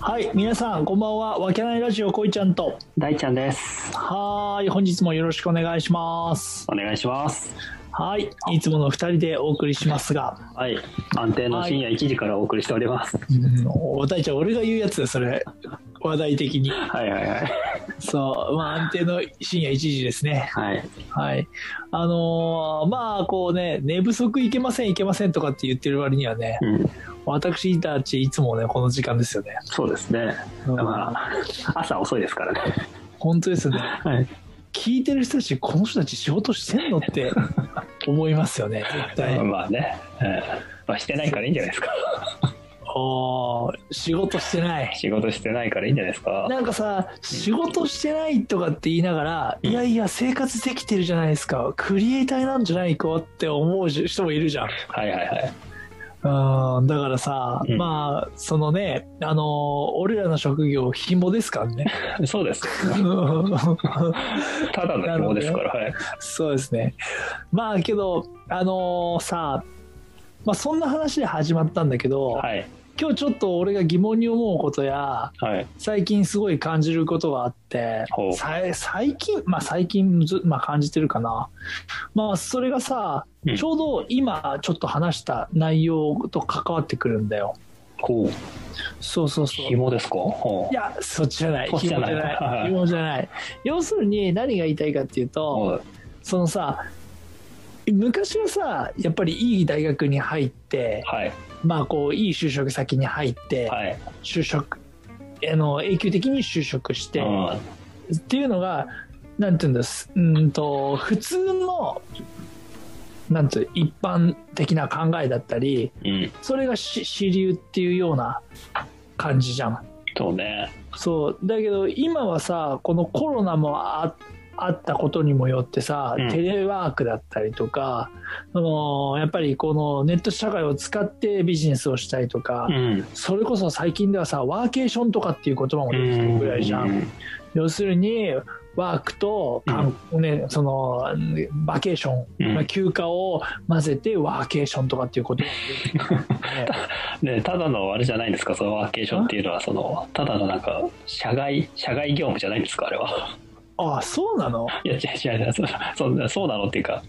はい、皆さんこんばんは。わけないラジオこいちゃんと。大ちゃんです。はーい、本日もよろしくお願いします。お願いします。はい、いつもの2人でお送りしますが、はい。安定の深夜1時からお送りしております。うん、お大ちゃん、俺が言うやつだ、それ。話題的に。はいはいはい。そう、まあ安定の深夜1時ですね。はい。はい。あのーまあこうね、寝不足いけませんいけませんとかって言ってる割にはね、うん。私たちいつもね、この時間ですよね。そうですね。うんだから、朝遅いですからね。本当ですよね。はい。聞いてる人たち、この人たち仕事してんのって思いますよね、絶対。まあね。ええまあ、してないからいいんじゃないですか。おー仕事してない。仕事してないからいいんじゃないですか。なんかさ、仕事してないとかって言いながら、いやいや、生活できてるじゃないですか。クリエイターなんじゃないかって思う人もいるじゃん。はいはいはい。うん、だからさ、うんまあ、そのね、あのー俺らの職業、紐ですから ね。そうです。ただのなるほど紐ねですから、はい。そうですね。まあ、けど、あのーさ、まあ、そんな話で始まったんだけど、はい。今日ちょっと俺が疑問に思うことや、はい。最近すごい感じることがあってほう、さい最近、まあ最近ず、まあ感じてるかな。まあそれがさ、うんちょうど今ちょっと話した内容と関わってくるんだよ。こう。そうそうそう。い紐ですかほう。や、そっちじゃない。そっちじゃない紐じゃはい ない。紐じゃない。要するに何が言いたいかっていうと、はいそのさ、昔はさ、やっぱりいい大学に入って、はい。まあこう、いい就職先に入って、はい。就職あの永久的に就職して、うんっていうのがなんていうんですうんと普通のなんていう一般的な考えだったりうん。それがし主流っていうような感じじゃん。そうね。そうだけど今はさこのコロナもああったことにもよってさ、うんテレワークだったりとかそのやっぱりこのネット社会を使ってビジネスをしたりとか、うん。それこそ最近ではさワーケーションとかっていう言葉も出てきてるぐらいじゃん、う要するにワークと、観ね、そのバケーション、うんまあ休暇を混ぜてワーケーションとかっていう 言葉も出てきてる、ね、ね、ただのあれじゃないんですか、そのワーケーションっていうのは、その、ただのなんか、社外、社外業務じゃないんですか、あれは。 ああそうなのいや、違う違う違う、そそうそうなのっていうか、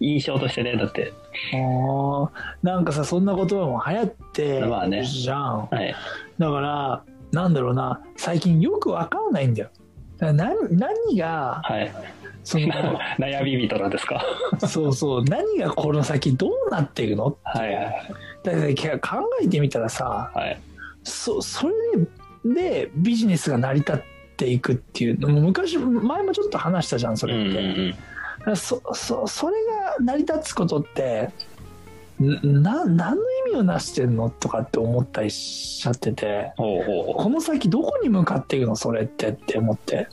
印象としてね、だって、ああなんかさそんな言葉も流行ってまあねるじゃん、はい。だからなんだろうな最近よくわからないんだよだから何何がはい。その 悩み人なんですか。そうそう何がこの先どうなっていくのってはいはいだからけ考えてみたらさはい。そそれででビジネスが成り立っていくっていうのも昔前もちょっと話したじゃんそうんれうって、んそそそれが成り立つことってんな何の意味をなしてんのとかって思ったりしちゃっててほうほうほこの先どこに向かっていくのそれってって思って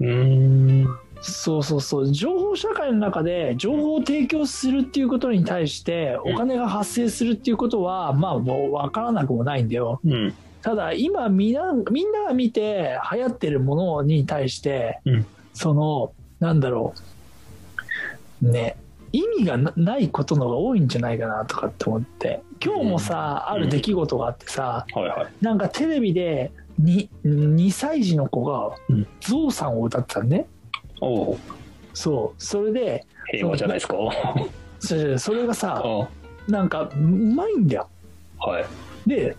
う。うん。そうそうそう情報社会の中で情報を提供するっていうことに対してお金が発生するっていうことは、まあもう分からなくもないんだよ、うん。ただ今みんなみんなが見て流行ってるものに対して、うんそのなんだろうね意味がなないことの方が多いんじゃないかなとかって思って今日もさ、うんある出来事があってさ、はいはい。なんかテレビでに2歳児の子がうんゾウさんを歌ってたのねおうそうそれで平和じゃないですか。うそれそれがさんなんかうまいんだよはい。で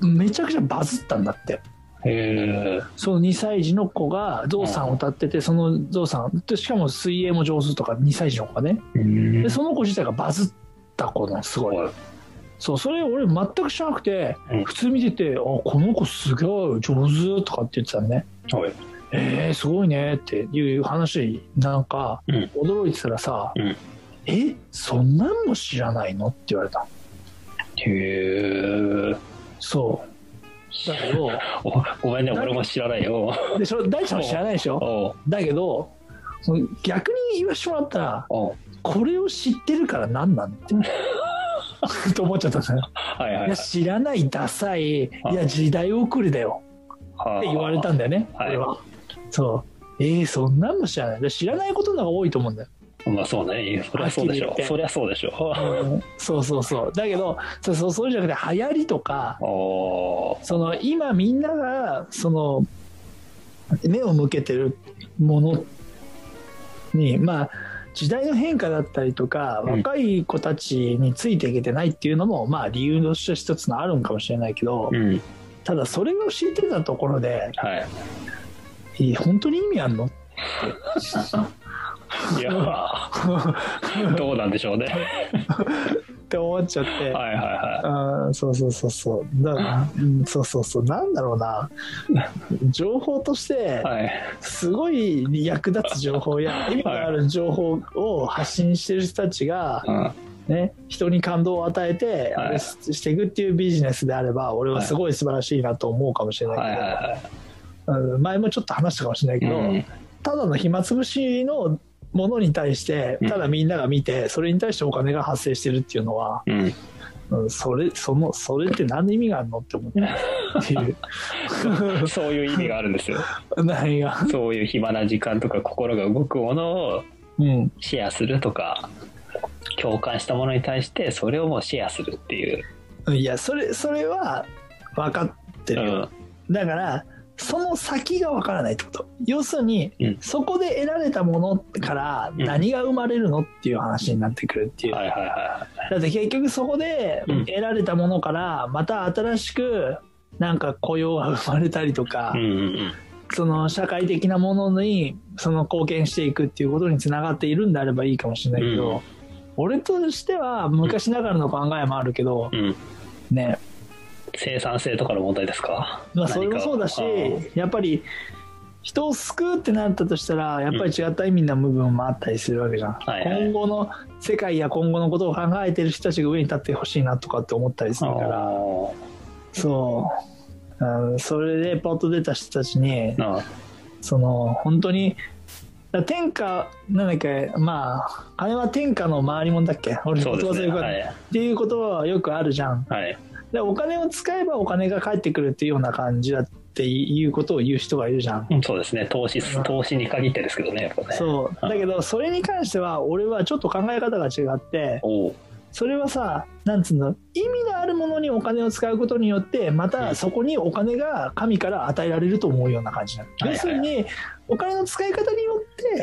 めちゃくちゃバズったんだってへえ。その2歳児の子がゾウさんを歌ってて、そのゾウさんでしかも水泳も上手とか2歳児の子がねうんでその子自体がバズった子なのすごいはいそうそれ俺全く知らなくて、うん普通見てて「あこの子すごい上手」とかって言ってたのねはい。 「えー、すごいね」っていう話になんかうん驚いてたらさ「うんえそんなんも知らないの?」って言われたへえ。そうだけどおごめんね、俺も知らないよ。でそれ大ちゃんも知らないでしょおうだけどその逆に言わしてもらったらおうこれを知ってるから何なん てと思っちゃったんですよ、はいはいいや知らないダサいいはいや時代遅れだよはってい。言われたんだよねはい俺はそうえー、そんなんも知らないで知らないことの方が多いと思うんだよまあそうね、そりゃそうでしはっょきり言ってう。そりゃそうで しょうんそうそうそうだけどそうそうそうじゃなくて流行りとかう。おーその今みんながその目を向けてるものにまあ時代の変化だったりとか、うん若い子たちについていけてないっていうのもまあ理由として一つのあるんかもしれないけど、うん、ただそれを知ってたところではい。えー本当に意味あんのい やー、どうなんでしょうね。って思っちゃって、はいはいはあーそうそうそうそうだから、うん、そうそうそうなんだろうな情報としてい。はい。すごい役立つ情 報や意味のある情報を発信してる人たちが、うんね、人に感動を与えて、はいあれししていくっていうビジネスであれば俺はすごい素晴らしいなと思うかもしれはいはいないはけど、うん前もちょっと話したかもしれないい。けど、うんただの暇つぶしのものに対してうんただみんなが見てそれに対してお金が発生してるっていうのは、うん、うん、それそのそれって何の意味があるのって 思ってっていう そういう意味があるんですよ。何が、そういう暇な時間とか心が動くものをうん、シェアするとか共感したものに対してそれをもうシェアするっていう、いやそれそれは分かってうるよ、ん、だからその先がわからないってこと要するに、うんそこで得られたものからうん何が生まれるのっていう話になってくるっていう、はいはいはだって結局そこでうん得られたものからまた新しくなんか雇用が生まれたりとか、いうんうんその社会的なものにその貢献していくっていうことにつながっているんであればいいかもしれないけど、うん俺としては昔ながらの考えもあるけど、うんうんね生産性とかの問題ですかまあ、それもそうだし何かやっぱり人を救うってなったとしたらやっぱり違った意味の部分もあったりするわけじゃん、はいはい今後の世界や今後のことを考えてる人たちが上に立ってほしいなとかって思ったりすあるかーらそう、うん、それでポッと出た人たちにあその本当にだから天下なんだっけまああれは天下の回りもんだっけ俺ーのそう言で葉すそういねうこと、はいっていうことはよくあるじゃんはいでお金を使えばお金が返ってくるっていうような感じだっていうことを言う人がいるじゃん。うんそうですね投資投資に限ってですけどねやっぱねそうだけどそれに関しては俺はちょっと考え方が違っておうそれはさなんつうの意味のあるものにお金を使うことによってまうたんそこにお金が神から与えられると思うような感じなの、はいはい要するにお金の使い方によ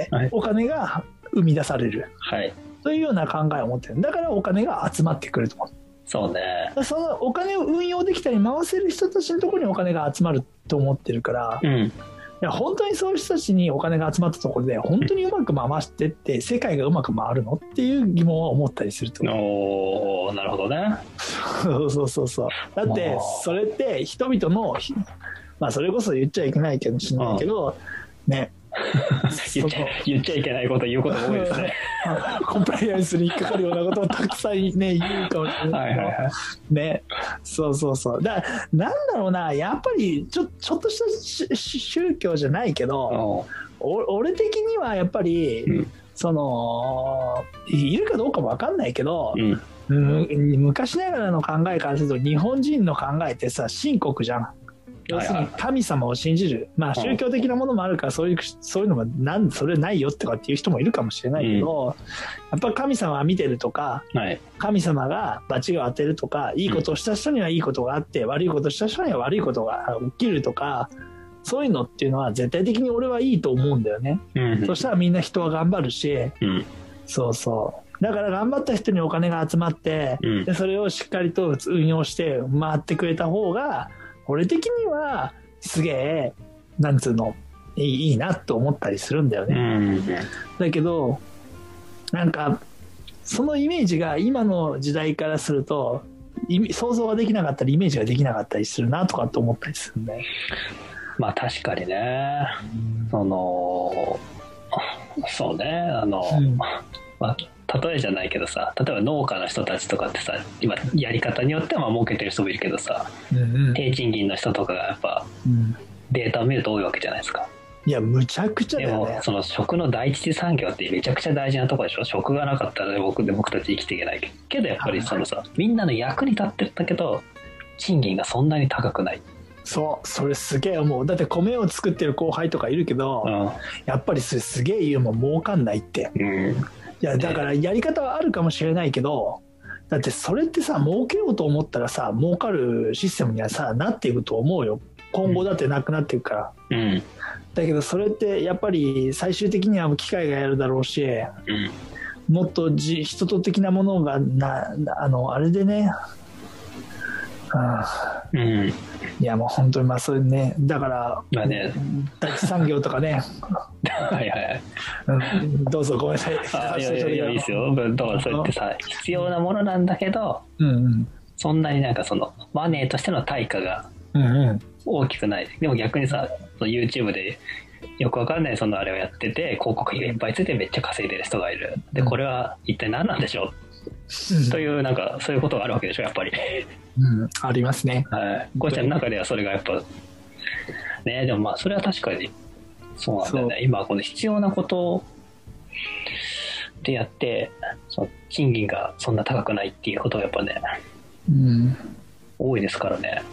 ってはいお金が生み出されるはいというような考えを持ってるだからお金が集まってくると思うそうねそのお金を運用できたり回せる人たちのところにお金が集まると思ってるから、いうんや本当にそういう人たちにお金が集まったところで本当にうまく回してって世界がうまく回るのっていう疑問は思ったりするとおーなるほどね そうそうそうそうだってあーそれって人々のまあそれこそ言っちゃいけないけどしないけどね言っちゃ言っちゃいけないこと言うことが多いで すねコンプライアンスに引っかかるようなことをたくさんね言うかもしれないけはいどはいはいね、そうそうそうだなんだろうなやっぱりちょちょっとしたしし宗教じゃないけどおうお俺的にはやっぱり、うんそのいるかどうかも分かんないけど、うんむ昔ながらの考えからすると日本人の考えってさ神国じゃん要するに神様を信じる、まあ、うん宗教的なものもあるからそういうそういうのもなんそれないよとかっていう人もいるかもしれないけど、やっぱ神様は見てるとかはい神様が罰を当てるとかいいことをした人にはいいことがあって、悪いことをした人には悪いことが起きるとかそういうのっていうのは絶対的に俺はいいと思うんだよね、うんそしたらみんな人は頑張るしうんそうそうだから頑張った人にお金が集まってうんでそれをしっかりと運用して回ってくれた方が俺的にはすげえなんつうのいいいいなと思ったりするんだよねう。んだけどなんかそのイメージが今の時代からするとイメ想像ができなかったりイメージができなかったりするなとかって思ったりするんでまあ確かにねそのそうねあの、うんまあ、例えじゃないけどさ例えば農家の人たちとかってさ今やり方によってはまあ儲けてる人もいるけどさうんうん低賃金の人とかがやっぱうんデータを見ると多いわけじゃないですかいやむちゃくちゃだでよもねその食の第一次産業ってめちゃくちゃ大事なとこでしょ食がなかったら僕で僕たち生きていけないけどやっぱりそのさみんなの役に立ってるんだけど賃金がそんなに高くない、そうそれすげえ思うだって米を作ってる後輩とかいるけど、うんやっぱりそれすげえ言うもん儲かんないってうん、いやだからやり方はあるかもしれないけどだってそれってさ儲けようと思ったらさ儲かるシステムにはさなっていくと思うよ今後だってなくなっていくから、うんだけどそれってやっぱり最終的には機械がやるだろうしうんもっとじ人と的なものがななあのあれでねあうんーいやもう本当にまあそれねだからまあね第一産業とかね、はいはいうん、どうぞごめんなさい あいやいやいやいいですよだからそうやってさ必要なものなんだけどうんそんなになんかそのマネーとしての対価がうんうんうん大きくないでも逆にさその YouTube でよくわかんないそのあれをやってて広告費がいっぱいついてめっちゃ稼いでる人がいるでこれは一体何なんでしょうというなんかそういうことがあるわけでしょやっぱりうん、ありますね。 はいこうちゃんの中ではそれがやっぱねでもまあそれは確かにそうなんだよね今この必要なことでやってその賃金がそんな高くないっていうことがやっぱねうん、だか多いですからね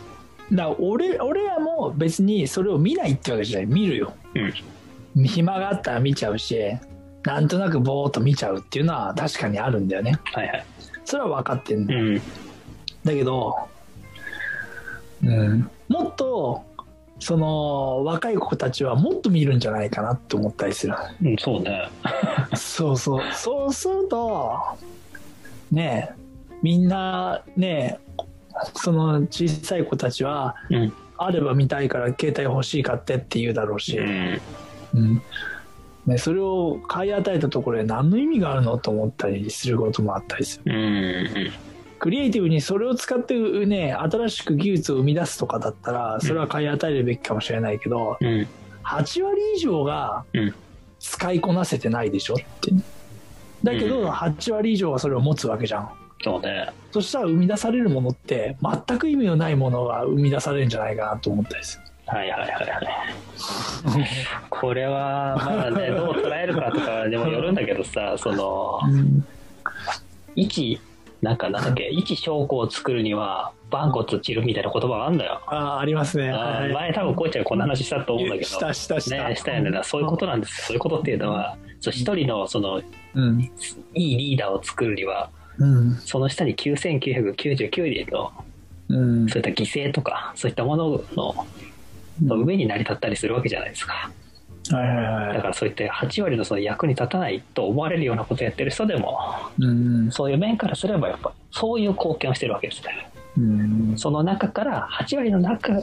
ら俺俺らも別にそれを見ないってわけじゃない見るようん暇があったら見ちゃうしなんとなくぼーっと見ちゃうっていうのは確かにあるんだよねはいはいそれは分かってんうだ,、んだけど、うん、もっとその若い子たちはもっと見るんじゃないかなって思ったりするうんそうねそうそうそうするとねえみんなねえその小さい子たちはうんあれば見たいから携帯欲しい買ってって言うだろうし、うんうんね、それを買い与えたところで何の意味があるのと思ったりすることもあったりするうんうんクリエイティブにそれを使ってね新しく技術を生み出すとかだったらそれは買い与えるべきかもしれないけど、うん8割以上がうん使いこなせてないでしょってだけうんど8割以上はそれを持つわけじゃんそうねそしたら生み出されるものって全く意味のないものが生み出されるんじゃないかなと思ったりするはいはいは いはいこれはまだねどう捉えるかとかでもよるんだけどさそのうん一なんかなんだっけ一証拠を作るには万骨散るみたいな言葉があるんだよ、あーありますねあはーい前多分こうちゃんこんな話したと思うんだけどしたしたした、ね、したよねだからそういうことなんですよそういうことっていうのはそう一人のそのいうんいリーダーを作るにはうんその下に9999人のうんそういった犠牲とかそういったもののの上に成り立ったりするわけじゃないですかはいはいはだいからそういった8割のその役に立たないと思われるようなことをやってる人でもうんそういう面からすればやっぱそういう貢献をしてるわけですねうんその中から8割の中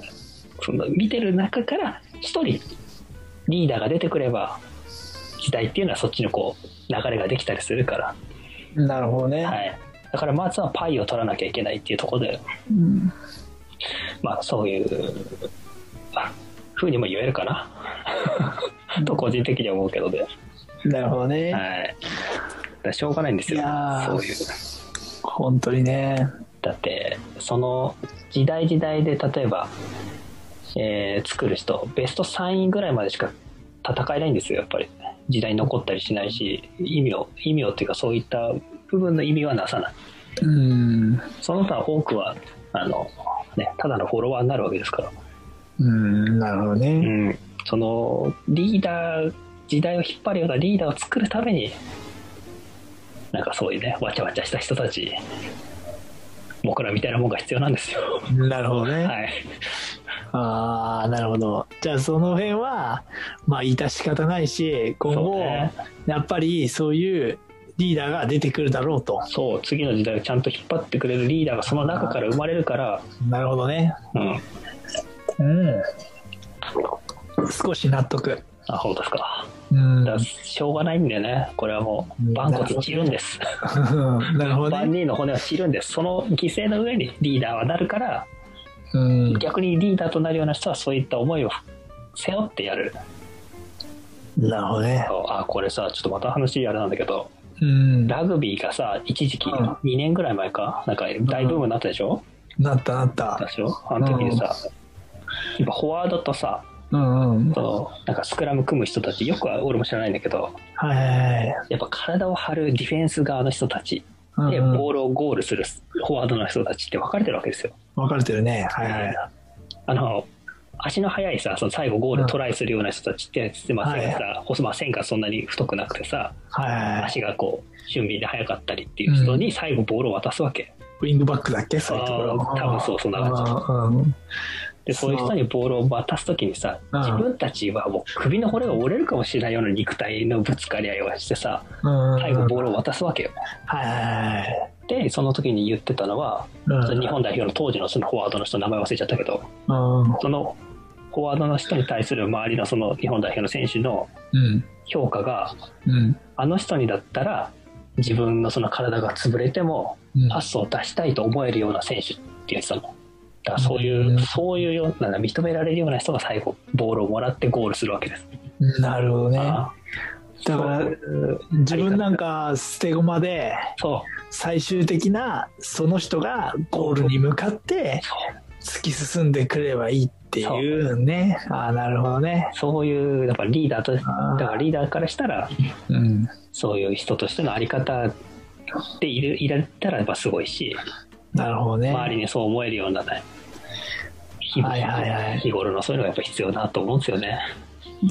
その見てる中から1人リーダーが出てくれば時代っていうのはそっちのこう流れができたりするから、なるほどね、はい、だからまずはパイを取らなきゃいけないっていうところで、うんまあ、そういうあふうにも言えるかな と個人的には思うけどで、はい、なるほどね、だからしょうがないんですよいやーそういう本当にねだってその時代時代で例えば、えー作る人ベスト3位ぐらいまでしか戦えないんですよやっぱり時代に残ったりしないし意味を意味をっていうかそういった部分の意味はなさないうんその他多くはあの、ね、ただのフォロワーになるわけですから、うんなるほどうね、ん、そのリーダー時代を引っ張るようなリーダーを作るためになんかそういうねわちゃわちゃした人たち僕らみたいなもんが必要なんですよなるほどね、はいああなるほどじゃあその辺はまあ致し方ないし今そう後、ねやっぱりそういうリーダーが出てくるだろうとそう次の時代をちゃんと引っ張ってくれるリーダーがその中から生まれるから、なるほどねうん、うん少し納得あそうですかうんだからしょうがないんだよねこれはもううん万骨散るんです なるほど万ね人の骨は散るんですその犠牲の上にリーダーはなるからうん逆にリーダーとなるような人はそういった思いを背負ってやるなるほどねそうあこれさちょっとまた話あれなんだけどうんなラグビーがさ一時期うん2年ぐらい前かなんか大ブームになったでしょ、ったなったでしょあの時にさ、やっぱフォワードとさうんうんそのなんかスクラム組む人たちよくは俺も知らないんだけどはいはいはいやっぱ体を張るディフェンス側の人たちうんでうんボールをゴールするフォワードの人たちって分かれてるわけですよ。分かれてるねはいはいあの足の速いさその最後ゴールトライするような人たちって、まあはいさ細まあ線がそんなに太くなくてさはいはい。足がこう俊敏で速かったりっていう人に最後ボールを渡すわけ、ウィングバックだっけそういうところ。あー多分そうそんな感じ感じ。でそういう人にボールを渡す時にさうん自分たちはもう首の骨が折れるかもしれないような肉体のぶつかり合いをしてさうんうん最後ボールを渡すわけよはいはいはいでその時に言ってたのはうん。日本代表の当時のそのフォワードの人の名前忘れちゃったけどうん。そのフォワードの人に対する周りのその日本代表の選手のうん。評価がうん。あの人にだったら自分のその体が潰れてもうんパスを出したいと思えるような選手って言ってたの。だからそういう、うんそういうような認められるような人が最後ボールをもらってゴールするわけです。なるほどね。ああだからそういう自分なんか捨て駒でそ最終的なその人がゴールに向かってうそう突き進んでくればいいっていうねああーなるほどねそういうやっぱリーダーとだあーからリーダーからしたらうんそういう人としてのあり方でいるいられたらやっぱすごいしなるほどね周りにそう思えるようなね日はいはいはい日頃のそういうのがやっぱ必要だと思うんですよね。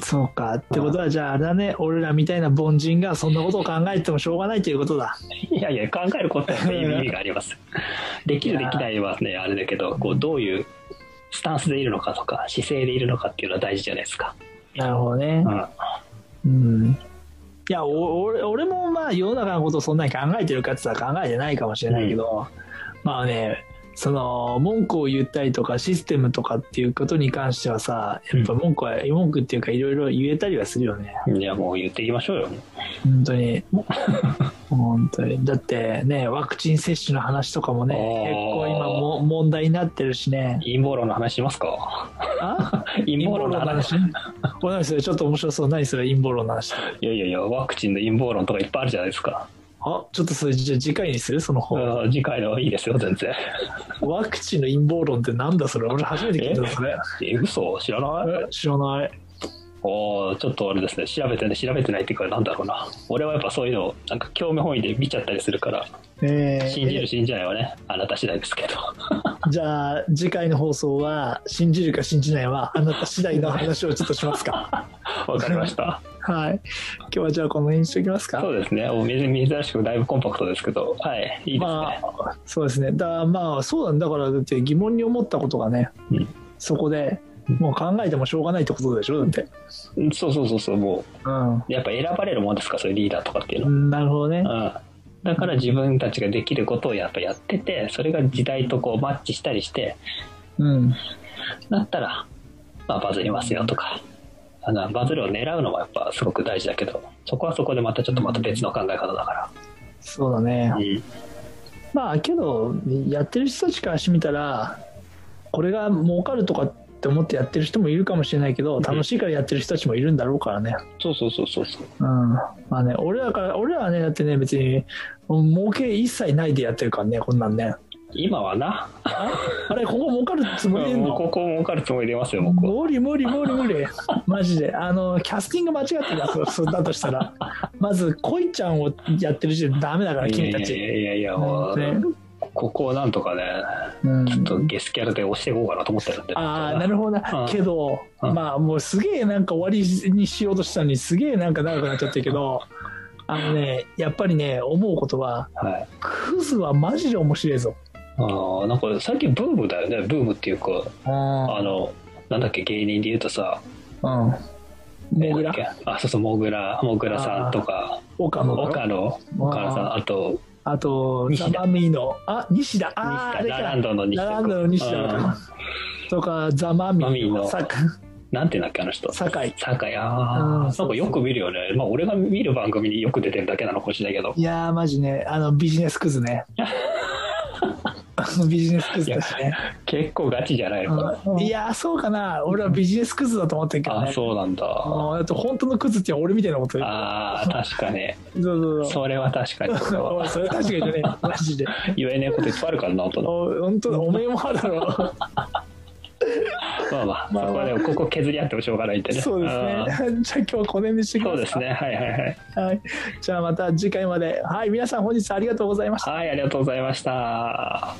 そうかってことはじゃああれだね俺らみたいな凡人がそんなことを考えてもしょうがないということだいやいや考えることは意味がありますできるいでやーきないはねあれだけどこうどういうスタンスでいるのかとか姿勢でいるのかっていうのは大事じゃないですか、なるほどねうん、うんいやお俺俺もまあ世の中のことをそんなに考えてるかって言ったら考えてないかもしれないけど、まあねその文句を言ったりとかシステムとかっていうことに関してはさやっぱ文句は、文句っていうかいろいろ言えたりはするよねいやもう言っていきましょうよ本当 に本当にだってねワクチン接種の話とかもねおー結構今も問題になってるしね陰謀論の話しますかあ陰謀論の話陰謀論の 話おい何それちょっと面白そう何それ陰謀論の話いやいやいやワクチンの陰謀論とかいっぱいあるじゃないですか、あちょっとそれじゃあ次回にするその本うん、次回のいいですよ全然ワクチンの陰謀論ってなんだそれ俺初めて聞いたそれ。え嘘知らないえ知らない。おーちょっとあれですね調べてね調べてないっていうかなんだろうな俺はやっぱそういうのをなんか興味本位で見ちゃったりするからえー信じる信じないはねあなた次第ですけ どじゃあ次回の放送は信じるか信じないはあなた次第の話をちょっとしますか。わかりました。 はい。今日はじゃあこの辺にしておきますか。そうですね。お珍珍しくだいぶコンパクトですけど、はい、いいですね。まあそうですね。だまあそうなんだからだって疑問に思ったことがね、うんそこでもう考えてもしょうがないってことでしょだって。そうそうそうそう、もうんうやっぱ選ばれるもんですか、そういうリーダーとかっていううのん。なるほどね。は。うん。だから自分たちができることをやっぱやってて、それが時代とこうマッチしたりして、うん。なったら、まあ、バズりますよとか。あのバズるを狙うのはやっぱすごく大事だけどそこはそこでまたちょっとまた別の考え方だかそうだねら、。うん、まあけどやってる人たちからしてみたらこれが儲かるとかって思ってやってる人もいるかもしれないけど楽しいからやってる人たちもいるんだろうからね、そうそうそうそうそううん、まあね俺らから俺らはねだってね別に儲け一切ないでやってるからねこんなんね今はなあれここ儲かるつもりでんもうのここ儲かるつもりでいますよもうこう無理無理無理無理マジであのキャスティング間違ってるからそそだとしたらまず恋ちゃんをやってる時点でダメだから君たいち、やいやいや、もうねここをなんとかね、うん、ちょっとゲスキャラで押していこうかなと思ってるんで。ああなるほどな、うんけど、うんまあもうすげえなんか終わりにしようとしたのにすげえなんか長くなっちゃってるけ どあのねやっぱりね思うことははい。クズはマジで面白いぞ、あーなんか最近ブームだよね、ブームっていうか、うんあの、なんだっけ、芸人で言うとさ、うんモグラなんだっけあ、そうそう、モグラ、モグラさんとか、岡野だろ岡野、岡野さん、あと、あと西ザ田・マミィのあ西田あーあ西れ田、ラかランドの西田。ラランドの西田うんとかザ・マミィマミィののさかなんていうんだっけ、あの人。酒井酒井、あうんあ、なんかよく見るよね。まあ、俺が見る番組によく出てるだけなのかもしれないけど。いやーマジねあのビジネスクズ ねあのビジネスクズだしね結構ガチじゃないのかな。うんいやーそうかな俺はビジネスクズだと思ってるけどあねそうなんだ。あだって本当のクズって俺みたいなことよああ、確かに。そうそうそうそれは確かに。それおはいそれ確かにねマジで言えねえこといっぱいあるからな、本当にお本当だおめえもあるだろまあまあ、まあそこはでもここ削り合ってもしょうがないんでね。そうですあー。ねじゃあ今日はこの辺にしてきそうまですすかね。はいはいはい。はい、じゃあまた次回まではい皆さん本日ありがとうございましたはい、ありがとうございました。